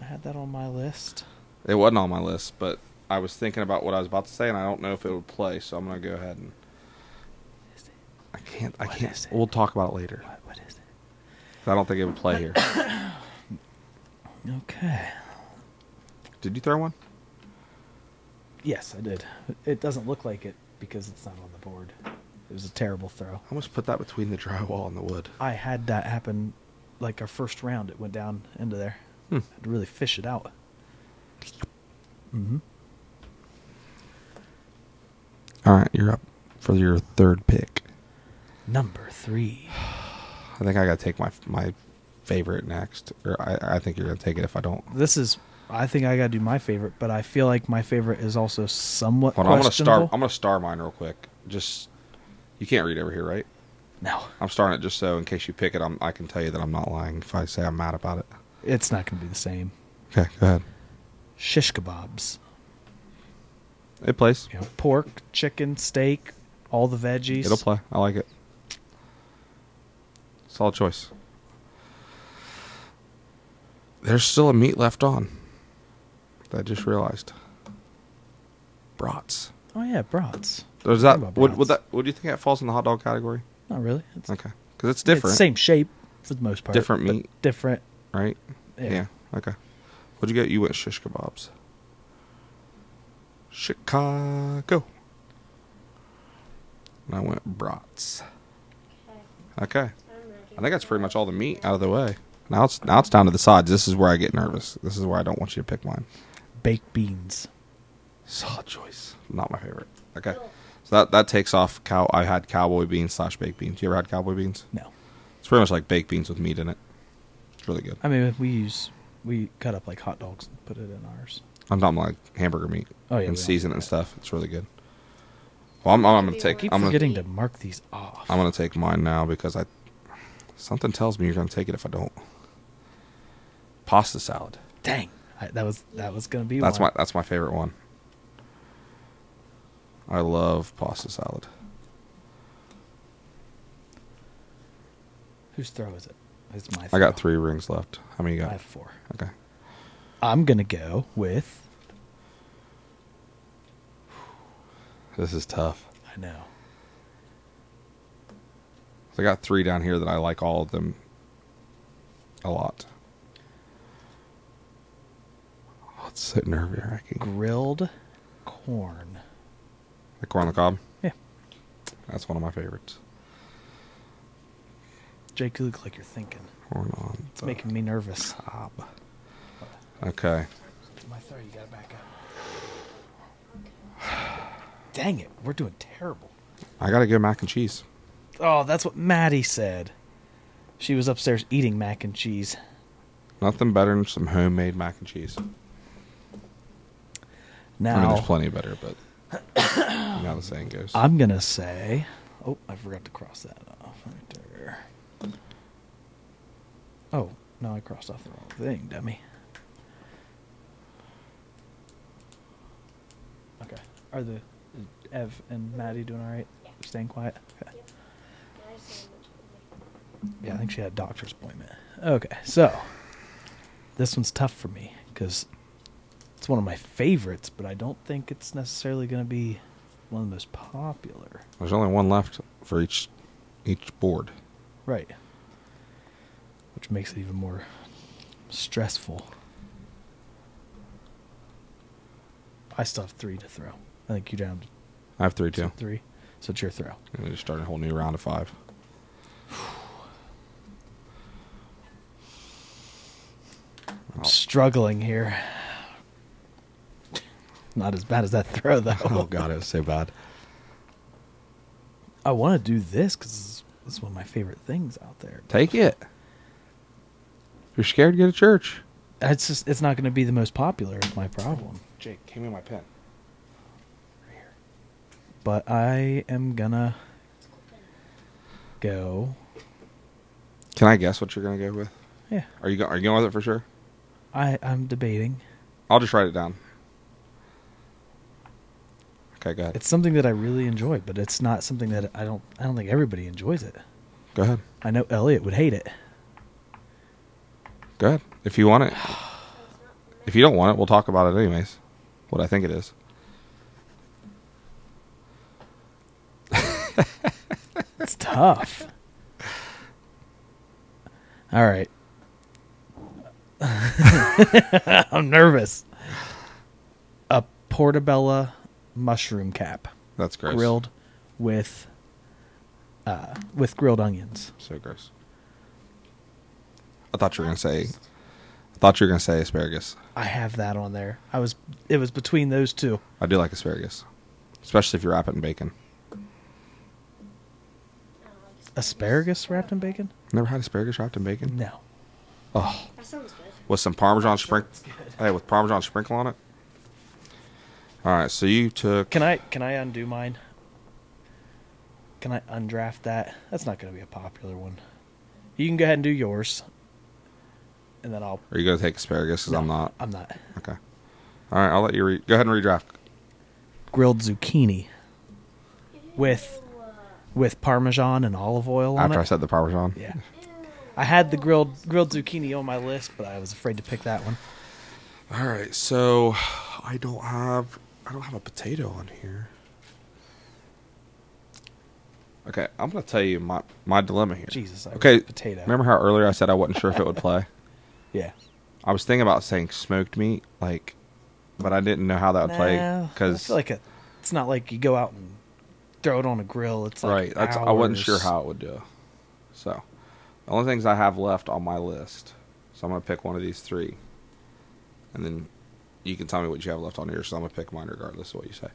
B: I had that on my list.
A: It wasn't on my list, but I was thinking about what I was about to say, and I don't know if it would play, so I'm gonna go ahead and.
B: Is it?
A: I can't. I
B: What
A: can't.
B: is it?
A: We'll talk about it later.
B: What, what is it?
A: 'Cause I don't think it would play
B: <coughs>
A: here.
B: Okay.
A: Did you throw one?
B: Yes, I did. It doesn't look like it because it's not on the board. It was a terrible throw.
A: I almost put that between the drywall and the wood.
B: I had that happen like our first round. It went down into there.
A: Hmm.
B: Had to really fish it out. Mm-hmm.
A: All right, you're up for your third pick.
B: Number three.
A: I think I gotta take my my favorite next, or I, I think you're gonna take it if I don't.
B: This is, I think I got to do my favorite, but I feel like my favorite is also somewhat
A: Hold on, I'm gonna star.
B: questionable.
A: I'm gonna star mine real quick. Just you can't read over here, right?
B: No,
A: I'm starting it just so in case you pick it, I'm, I can tell you that I'm not lying if I say I'm mad about it.
B: it's not going to be the same.
A: Okay, go ahead.
B: Shish kebabs.
A: It plays.
B: You know, pork, chicken, steak, all the veggies.
A: It'll play. I like it. Solid choice. There's still a meat left on. I just realized. Brats.
B: Oh, yeah, brats.
A: Does that
B: about
A: would, would
B: brats.
A: that would you think that falls in the hot dog category?
B: Not really. It's,
A: Okay, because it's
B: it's
A: different,
B: same shape for the most part.
A: Different
B: but
A: meat.
B: Different.
A: right?
B: Yeah.
A: Okay. What'd you get? You went shish kebabs. Chicago. And I went brats.
D: Okay.
A: Okay.
D: I'm ready.
A: I think that's pretty much all the meat out of the way. Now it's now it's down to the sides. This is where I get nervous. This is where I don't want you to pick mine.
B: Baked beans.
A: Solid choice. Not my favorite. Okay. So that, that takes off cow I had cowboy beans slash baked beans. You ever had cowboy beans?
B: No.
A: It's pretty much like baked beans with meat in it. It's really good.
B: I mean, we use, we cut up like hot dogs and put it in ours.
A: I'm talking like hamburger meat
B: Oh, yeah, we
A: and
B: don't
A: season
B: do
A: it and
B: that.
A: stuff. It's really good. Well, I'm, I'm gonna
D: Keep
A: take.
B: Keep
A: I'm gonna,
B: forgetting to mark these off.
A: I'm gonna take mine now because I. Something tells me you're gonna take it if I don't. Pasta salad.
B: Dang, I, that was that was gonna be.
A: that's
B: one.
A: my that's my favorite one. I love pasta salad.
B: Whose throw is it? It's my.
A: I
B: Throw.
A: got three rings left. How many you
B: I
A: got?
B: have four.
A: Okay.
B: I'm gonna go with.
A: This is tough.
B: I know.
A: I got three down here that I like all of them a lot. Oh, it's so nerve wracking.
B: Grilled corn.
A: The corn on the cob.
B: Yeah,
A: That's one of my favorites.
B: Jake, you look like you're thinking.
A: Corn on
B: It's
A: the
B: making me nervous.
A: cob. Okay.
B: My throw, you gotta back up. Dang it, we're doing terrible.
A: I gotta go mac and cheese.
B: Oh, that's what Maddie said. She was upstairs eating mac and cheese.
A: Nothing better than some homemade mac and cheese.
B: Now
A: I mean, there's plenty better, but you know how the saying goes.
B: <coughs> I'm gonna say. Oh, I forgot to cross that off right there. Oh no, I crossed off the wrong thing, dummy. Okay, are the is Ev and Maddie doing all right?
D: Yeah.
B: Staying quiet. Okay.
D: Yep. Now I see how much I'm making.
B: Yeah, I think she had a doctor's appointment. Okay, so this one's tough for me because it's one of my favorites, but I don't think it's necessarily gonna be one of the most popular.
A: There's only one left for each each board.
B: Right. Which makes it even more stressful. I still have three to throw. I think you down
A: I have three
B: to
A: too.
B: three. So it's your throw.
A: And we just started a whole new round of five.
B: I'm
A: Oh.
B: struggling here. Not as bad as that throw, though.
A: <sighs> Oh god, it was so bad.
B: I want to do this because this is one of my favorite things out there.
A: Take it. If you're scared, go to church.
B: It's just it's not going to be the most popular. Is my problem.
A: Jake, give me my pen.
B: But I am gonna go.
A: Can I guess what you're gonna go with?
B: Yeah,
A: Are you go- are you going with it for sure?
B: I I'm debating.
A: I'll just write it down. Okay, go ahead.
B: It's something that I really enjoy, but it's not something that I don't I don't think everybody enjoys it.
A: go ahead.
B: I know Elliot would hate it.
A: Go ahead. If you <sighs> want it. If you don't want it, we'll talk about it anyways. What I think it is.
B: It's tough. All right. <laughs> I'm nervous. A portabella mushroom cap,
A: That's gross.
B: grilled with uh, with grilled onions.
A: So gross. I thought you were gonna say. I thought you were gonna say asparagus.
B: I have that on there. I was it was between those two.
A: I do like asparagus, especially if you wrap it in bacon.
B: Asparagus wrapped in bacon?
A: Never had asparagus wrapped in bacon.
B: No.
A: Oh,
D: That sounds good.
A: with some parmesan sprinkle. Hey, with parmesan sprinkle on it. All right, so you took.
B: Can I can I undo mine? Can I undraft that? That's not going to be a popular one. You can go ahead and do yours, and then I'll.
A: Are you gonna take asparagus? Because I'm
B: No,
A: not.
B: I'm not.
A: Okay. All right, I'll let you re- go ahead and redraft.
B: Grilled zucchini
D: Ew,
B: With-
D: uh,
B: with parmesan and olive oil on
A: After I
B: it.
A: said the parmesan.
B: yeah,
D: ew.
B: I had the grilled grilled zucchini on my list, but I was afraid to pick that one.
A: All right, so I don't have I don't have a potato on here. Okay, I'm gonna tell you my my dilemma here.
B: Jesus, I
A: okay,
B: wrote potato.
A: Remember how earlier I said I wasn't sure if it would <laughs> play?
B: Yeah,
A: I was thinking about saying smoked meat, like, but I didn't know how that would play
B: Nah, I
A: because
B: feel like a, it's not like you go out and throw it on a grill. It's like
A: right, that's, I wasn't sure
B: hours.
A: how it would do. So, the only things I have left on my list, so I'm gonna pick one of these three, and then you can tell me what you have left on yours. So I'm gonna pick mine regardless of what you say.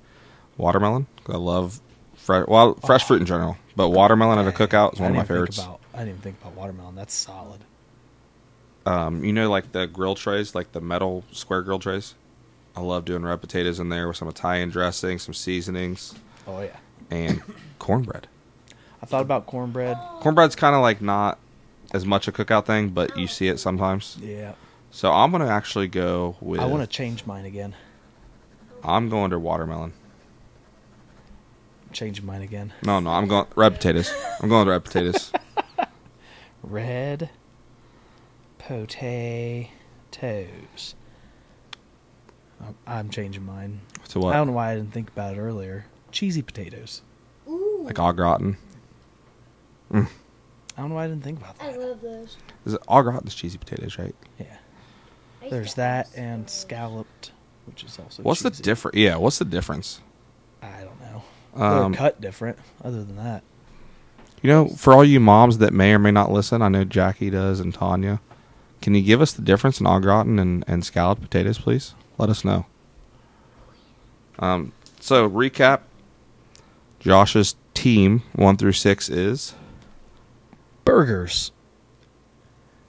A: Watermelon, 'cause I love fresh, well, fresh fruit in general, but watermelon at a cookout is
B: Oh, I
A: one of my
B: didn't think
A: favorites.
B: about- I didn't even think about watermelon. That's solid.
A: um, you know, like the grill trays, like the metal square grill trays. I love doing red potatoes in there with some Italian dressing, some seasonings,
B: Oh yeah.
A: and <coughs> cornbread.
B: I thought about cornbread.
A: Cornbread's kind of like not as much a cookout thing, but you see it sometimes.
B: Yeah.
A: So I'm gonna actually go with.
B: I want to change mine again.
A: I'm going to watermelon.
B: Change mine again.
A: No, no, I'm going red potatoes. I'm going to red
B: <laughs>
A: potatoes.
B: Red potatoes. I'm- Um, I'm changing mine.
A: To what?
B: I don't know why I didn't think about it earlier. Cheesy potatoes.
D: Ooh.
A: Like au gratin. Mm.
B: I don't know why I didn't think about
D: I
B: that.
D: love those.
A: Is it au gratin? Is cheesy potatoes, right?
B: Yeah.
D: I used
B: There's
D: to
B: that
D: have some of
B: and
D: those.
B: scalloped, which is also.
A: What's the
B: cheesy.
A: difference? Yeah, what's the difference?
B: I don't know.
A: Um,
B: They're cut different. Other than that,
A: You know, for all you moms that may or may not listen, I know Jackie does and Tanya. Can you give us the difference in au gratin and, and scalloped potatoes, please? Let us know. Um, so, recap Josh's team, one through six, is
B: burgers.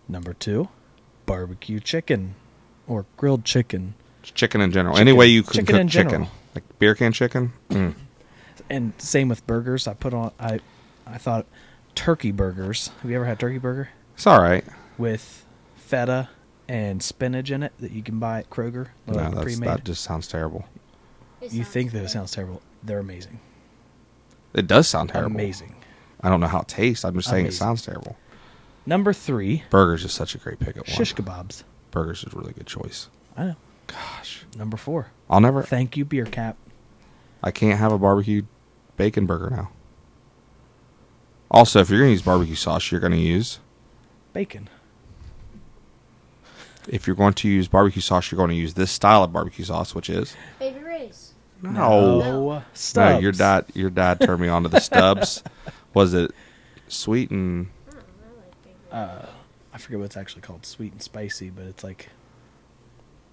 B: Number two, barbecue chicken, or grilled chicken.
A: chicken in general.
B: Chicken.
A: Any way you can
B: Chicken
A: cook
B: in
A: chicken.
B: general.
A: Like beer can chicken? Mm.
B: and same with burgers. I put on I I thought turkey burgers. Have you ever had turkey burger
A: It's all right.
B: with feta and spinach in it that you can buy at Kroger?
A: No,
B: like
A: that's-
B: pre-made?
A: that just sounds terrible.
D: It
B: you
D: sounds
B: think that
D: good.
B: it sounds terrible? They're amazing.
A: It does sound terrible.
B: Amazing.
A: I don't know how it tastes. I'm just saying it
B: Amazing.
A: sounds terrible.
B: Number three,
A: Burgers is such a great pickup one.
B: shish kebabs.
A: Burgers is a really good choice.
B: I know.
A: Gosh.
B: Number four,
A: I'll never.
B: thank you beer cap.
A: I can't have a barbecue bacon burger now. Also, if you're going to use barbecue sauce, you're going to use.
B: Bacon.
A: If you're going to use barbecue sauce, you're going to use this style of barbecue sauce, which is.
D: Baby Ray's.
B: Uh,
A: No,
B: No. Stubbs.
A: your dad, your dad turned me on to the
B: <laughs>
A: stubs. Was it sweet and
D: I don't know, I like Baby Ray's.
B: Uh, I forget what it's actually called, sweet and spicy, but it's like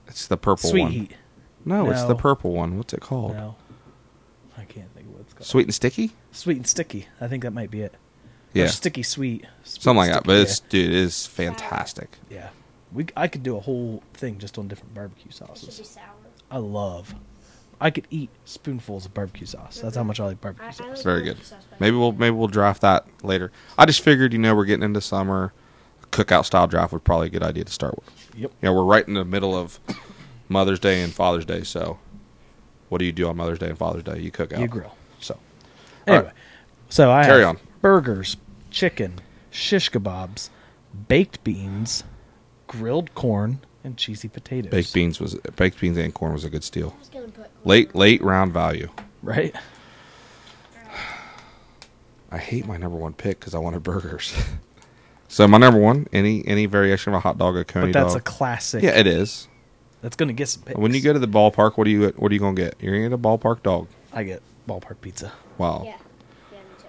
A: it's the purple
B: sweet
A: one?
B: heat.
A: No, it's
B: No.
A: the purple one. What's it called?
B: No, I can't think of what it's called.
A: Sweet and sticky.
B: Sweet and sticky. I think that might be it. Or
A: Yeah,
B: sticky sweet. Sweet
A: something like
B: and
A: that.
B: sticky,
A: But it's dude, it is fantastic.
B: yeah. yeah. We I could do a whole thing just on different barbecue
D: It should be
B: sauces.
D: sour.
B: I love. I could eat spoonfuls of barbecue sauce. That's how much I like
D: I, I
B: barbecue
D: like
B: sauce.
A: Very
D: barbecue
A: good.
D: sauce better.
A: Maybe we'll maybe we'll draft that later. I just figured, you know, we're getting into summer. Cookout style draft would probably a good idea to start with.
B: Yep.
A: You know, we're right in the middle of Mother's Day and Father's Day, so what do you do on Mother's Day and Father's Day? You cook out.
B: You grill.
A: So All
B: Anyway,
A: right.
B: so I
A: Carry
B: have
A: on.
B: burgers, chicken, shish kebabs, baked beans, grilled corn, and cheesy potatoes.
A: baked beans was baked beans and corn was a good steal.
D: I was gonna put
A: Late late round value.
B: right?
A: I hate my number one pick because I wanted burgers. <laughs> so my number one, any any variation of a hot dog, a coney
B: But that's a
A: dog.
B: classic.
A: yeah, it is.
B: that's gonna get some picks.
A: When you go to the ballpark, what do you what are you gonna get? You're gonna get a ballpark dog.
B: I get ballpark pizza.
A: Wow.
D: Yeah. Yeah, me too.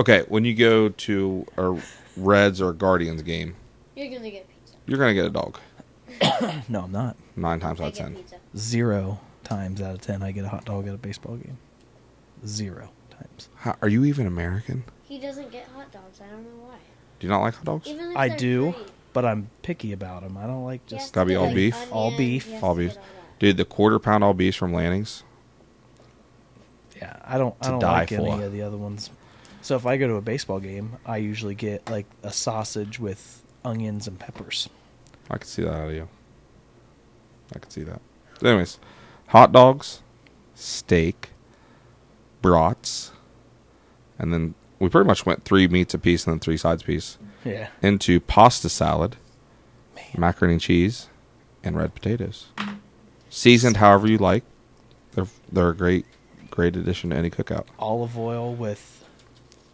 A: Okay, when you go to a Reds or Guardians game,
D: You're gonna get pizza.
A: you're gonna get a dog
B: No, I'm not.
A: nine times out
D: I
A: of
D: get
A: ten.
D: pizza.
B: Zero times out of ten, I get a hot dog at a baseball game. Zero times.
A: How, are you even American?
D: He doesn't get hot dogs. I don't know why.
A: Do you not like hot dogs?
D: Even if
B: I
D: they're
B: do,
D: free,
B: but I'm picky about them. I don't like
D: you have
B: just
A: Gotta
D: to
A: be
D: get,
A: all
D: like,
A: beef?
D: onion,
B: All beef.
D: you have
A: All
D: to
A: beef.
D: get that.
A: Dude, the quarter pound all beefs from Lanning's.
B: yeah. I don't.
A: To
B: I don't
A: die
B: like any
A: for.
B: of the other ones. So if I go to a baseball game, I usually get like a sausage with onions and peppers. <laughs>
A: I could see that out of you. I could see that. Anyways, hot dogs, steak, brats, and then we pretty much went three meats a piece and then three sides piece
B: Yeah.
A: into pasta salad, macaroni and cheese, and red potatoes, seasoned however you like. They're they're a great great addition to any cookout.
B: Olive oil with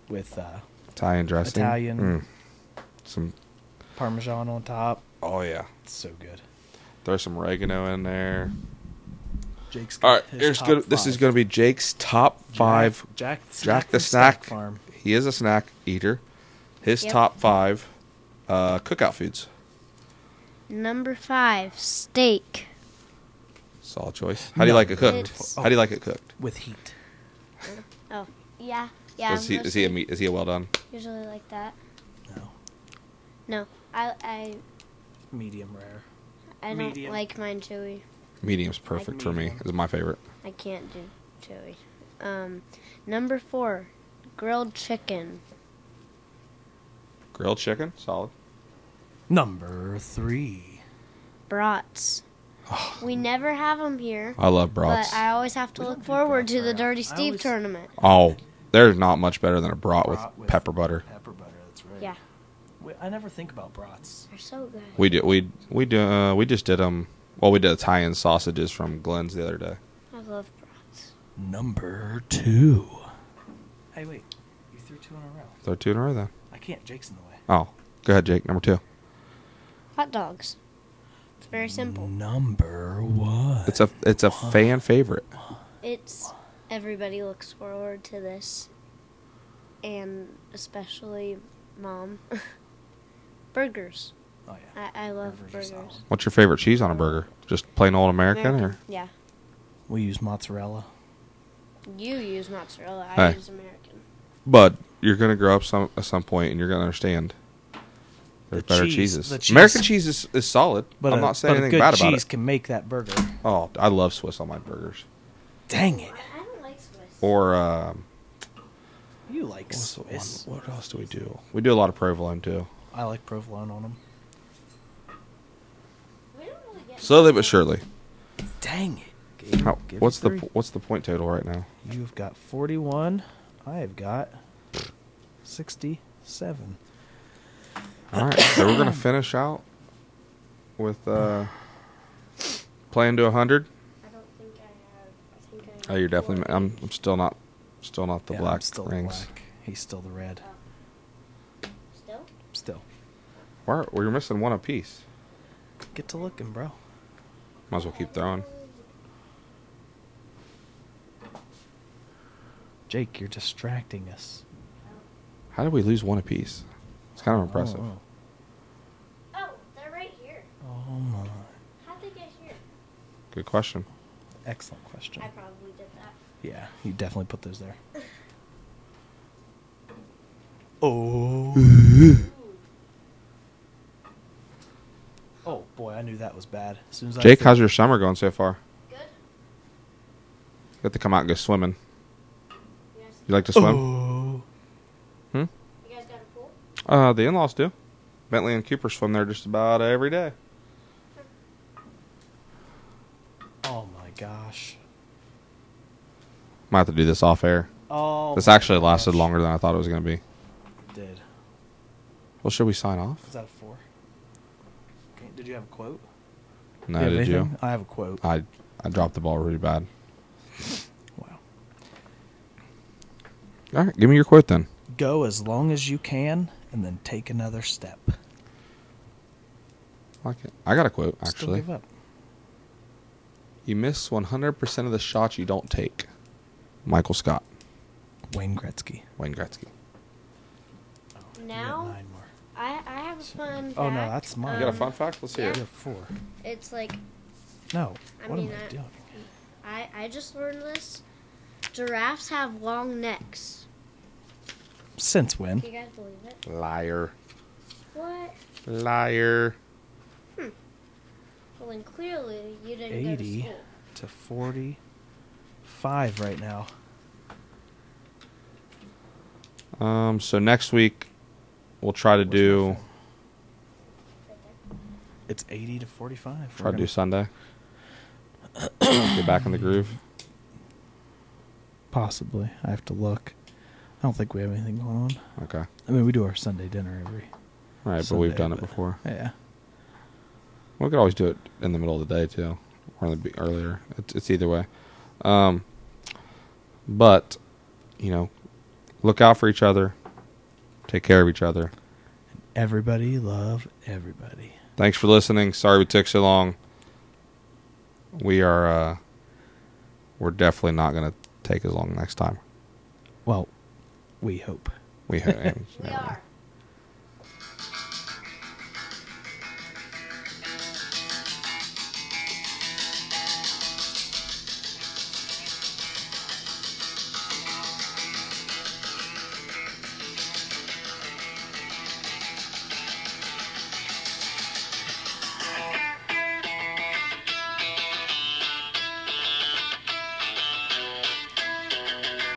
B: with uh,
A: Italian dressing,
B: Italian.
A: Mm. some
B: parmesan on top.
A: oh yeah,
B: It's so good.
A: there's some oregano in there.
B: Jake's
A: All right,
B: his
A: here's
B: top
A: good. This
B: five.
A: is going to be Jake's top five.
B: Jack,
A: Jack the
B: from
A: Snack.
B: Stack Farm.
A: He is a snack eater. His
D: Yep.
A: top five uh, cookout foods.
D: Number five, steak.
A: Solid choice. How do you like it cooked?
D: It's-
A: How do you like it cooked?
B: with heat.
D: Oh, yeah, yeah.
A: is he is he a meat, is he a well done?
D: Usually like that.
B: No,
D: No, I I
B: medium rare.
D: I don't
B: Medium.
D: like mine chewy.
A: Medium's perfect for me.
B: medium.
A: Is my favorite.
D: I can't do chewy. Um, number four, grilled chicken.
A: Grilled chicken, solid.
B: Number three.
D: brats. we never have them here,
A: I love Ah. brats.
D: but I always have to
B: We
D: look
B: don't do
D: forward
B: brats
D: to the
B: very
D: Dirty
B: often. I
D: Steve
B: always-
D: tournament.
A: oh, there's not much better than a brat,
B: Brat
A: with,
B: with-
A: pepper butter.
B: Pepper butter. That's right.
D: Yeah,
B: Wait, I never think about brats.
D: they're so good.
A: We do we we do uh, we just did um well we did Italian sausages from Glenn's the other day.
D: I love brats.
B: Number two. Hey, wait. You threw two in a row.
A: They're two in a row then.
B: I can't. Jake's in the way.
A: Oh, go ahead, Jake. Number two.
D: Hot dogs. It's very simple.
B: Number one.
A: It's a it's a fan favorite.
D: It's everybody looks forward to this, and especially mom. <laughs> burgers.
B: Oh yeah.
D: I, I love
B: Burgers
D: burgers.
B: are solid.
A: What's your favorite cheese on a burger? Just plain old American, or
D: Yeah,
B: We use mozzarella.
D: you use mozzarella. I
A: Hey.
D: use American.
A: but you're gonna grow up some at some point and you're gonna understand. There's
B: The
A: better
B: cheese-
A: cheeses.
B: the cheese-
A: American cheese is, is solid.
B: But
A: I'm
B: a,
A: not saying
B: but a
A: anything
B: good
A: bad
B: cheese
A: about it.
B: can make that burger.
A: Oh, I love Swiss on my burgers.
B: Dang it!
D: I don't like Swiss.
A: Or um,
B: You like
A: what's the one-
B: Swiss?
A: what else do we do? We do a lot of provolone too.
B: I like provolone on them.
D: we don't really get
A: Slowly but surely.
B: Dang it! Gabe,
A: How,
B: give
A: what's
B: it
A: the
B: three.
A: po- what's the point total right now?
B: You've got 41. I've got 67.
A: All right, so we're gonna finish out with uh, playing to hundred.
D: I don't think I have. I think I
A: Oh, you're definitely. I'm, I'm still not, still not the
B: Yeah, I'm
A: black
B: still
A: rings.
B: black. He's still the red.
D: Oh. Still?
B: Still.
A: Why are, well, you're missing one apiece.
B: Get to looking, bro.
A: Might as well keep throwing.
B: Jake, you're distracting us.
A: How did we lose one apiece? It's kind of impressive.
B: Oh,
D: Oh, they're right here.
B: oh my.
D: How'd they get here?
A: Good question.
B: Excellent question.
D: I probably did that.
B: <gasps> Yeah, you definitely put those there. Oh. oh, bad. As soon as
A: Jake,
B: I
A: how's your summer going so far?
D: Good.
A: Got to come out and go swimming.
D: Yes.
A: You like to swim? Hmm?
B: Oh,
D: You guys got a pool?
A: Uh, the in-laws do. Bentley and Cooper swim there just about every day.
B: oh my gosh.
A: Might have to do this off air.
B: Oh,
A: This
B: my
A: actually lasted
B: gosh.
A: longer than I thought it was going to be.
B: It Did
A: Well, should we sign off?
B: is that a four? Okay, did you have a quote?
A: No,
B: have
A: did you?
B: anything? I have a quote.
A: I I dropped the ball really bad.
B: Wow.
A: All right, give me your quote then.
B: Go as long as you can, and then take another step.
A: I like it. I got a quote
B: Still
A: actually.
B: give up.
A: You miss 100% of the shots you don't take. Michael Scott,
B: Wayne Gretzky.
A: Wayne Gretzky.
B: Oh,
D: Now?
B: You got nine more.
D: I, I have a fun
B: Oh, no,
D: fact.
B: that's mine.
A: You got a fun fact? Let's hear
D: Yeah.
A: it.
B: You have four.
D: It's like
B: No.
D: I
B: what
D: mean,
B: am I
D: I-
B: doing?
D: I, I just learned this. Giraffes have long necks.
B: Since when?
D: Can you guys believe it?
A: Liar.
D: What?
A: Liar.
D: Well, then clearly you didn't go to
B: 80.
D: school.
B: To forty-five right now.
A: Um, so next week we'll try to
B: Where's my
A: do
B: phone? It's eighty to forty-five.
A: try
B: We're
A: to
B: gonna
A: do Sunday. <coughs> Get back in the groove.
B: Possibly. I have to look. I don't think we have anything going on.
A: Okay. All
B: I mean, we do our Sunday dinner every.
A: right, but
B: Sunday,
A: we've done it
B: but-
A: before.
B: Yeah.
A: We could always do it in the middle of the day too, or in the, be- earlier. It's, it's either way. Um, but you know, look out for each other. Take care of each other.
B: Everybody love everybody.
A: Thanks for listening. Sorry we took so long. We are uh, we're definitely not going to take as long next time.
B: Well, we hope.
A: We, ho-
D: We are.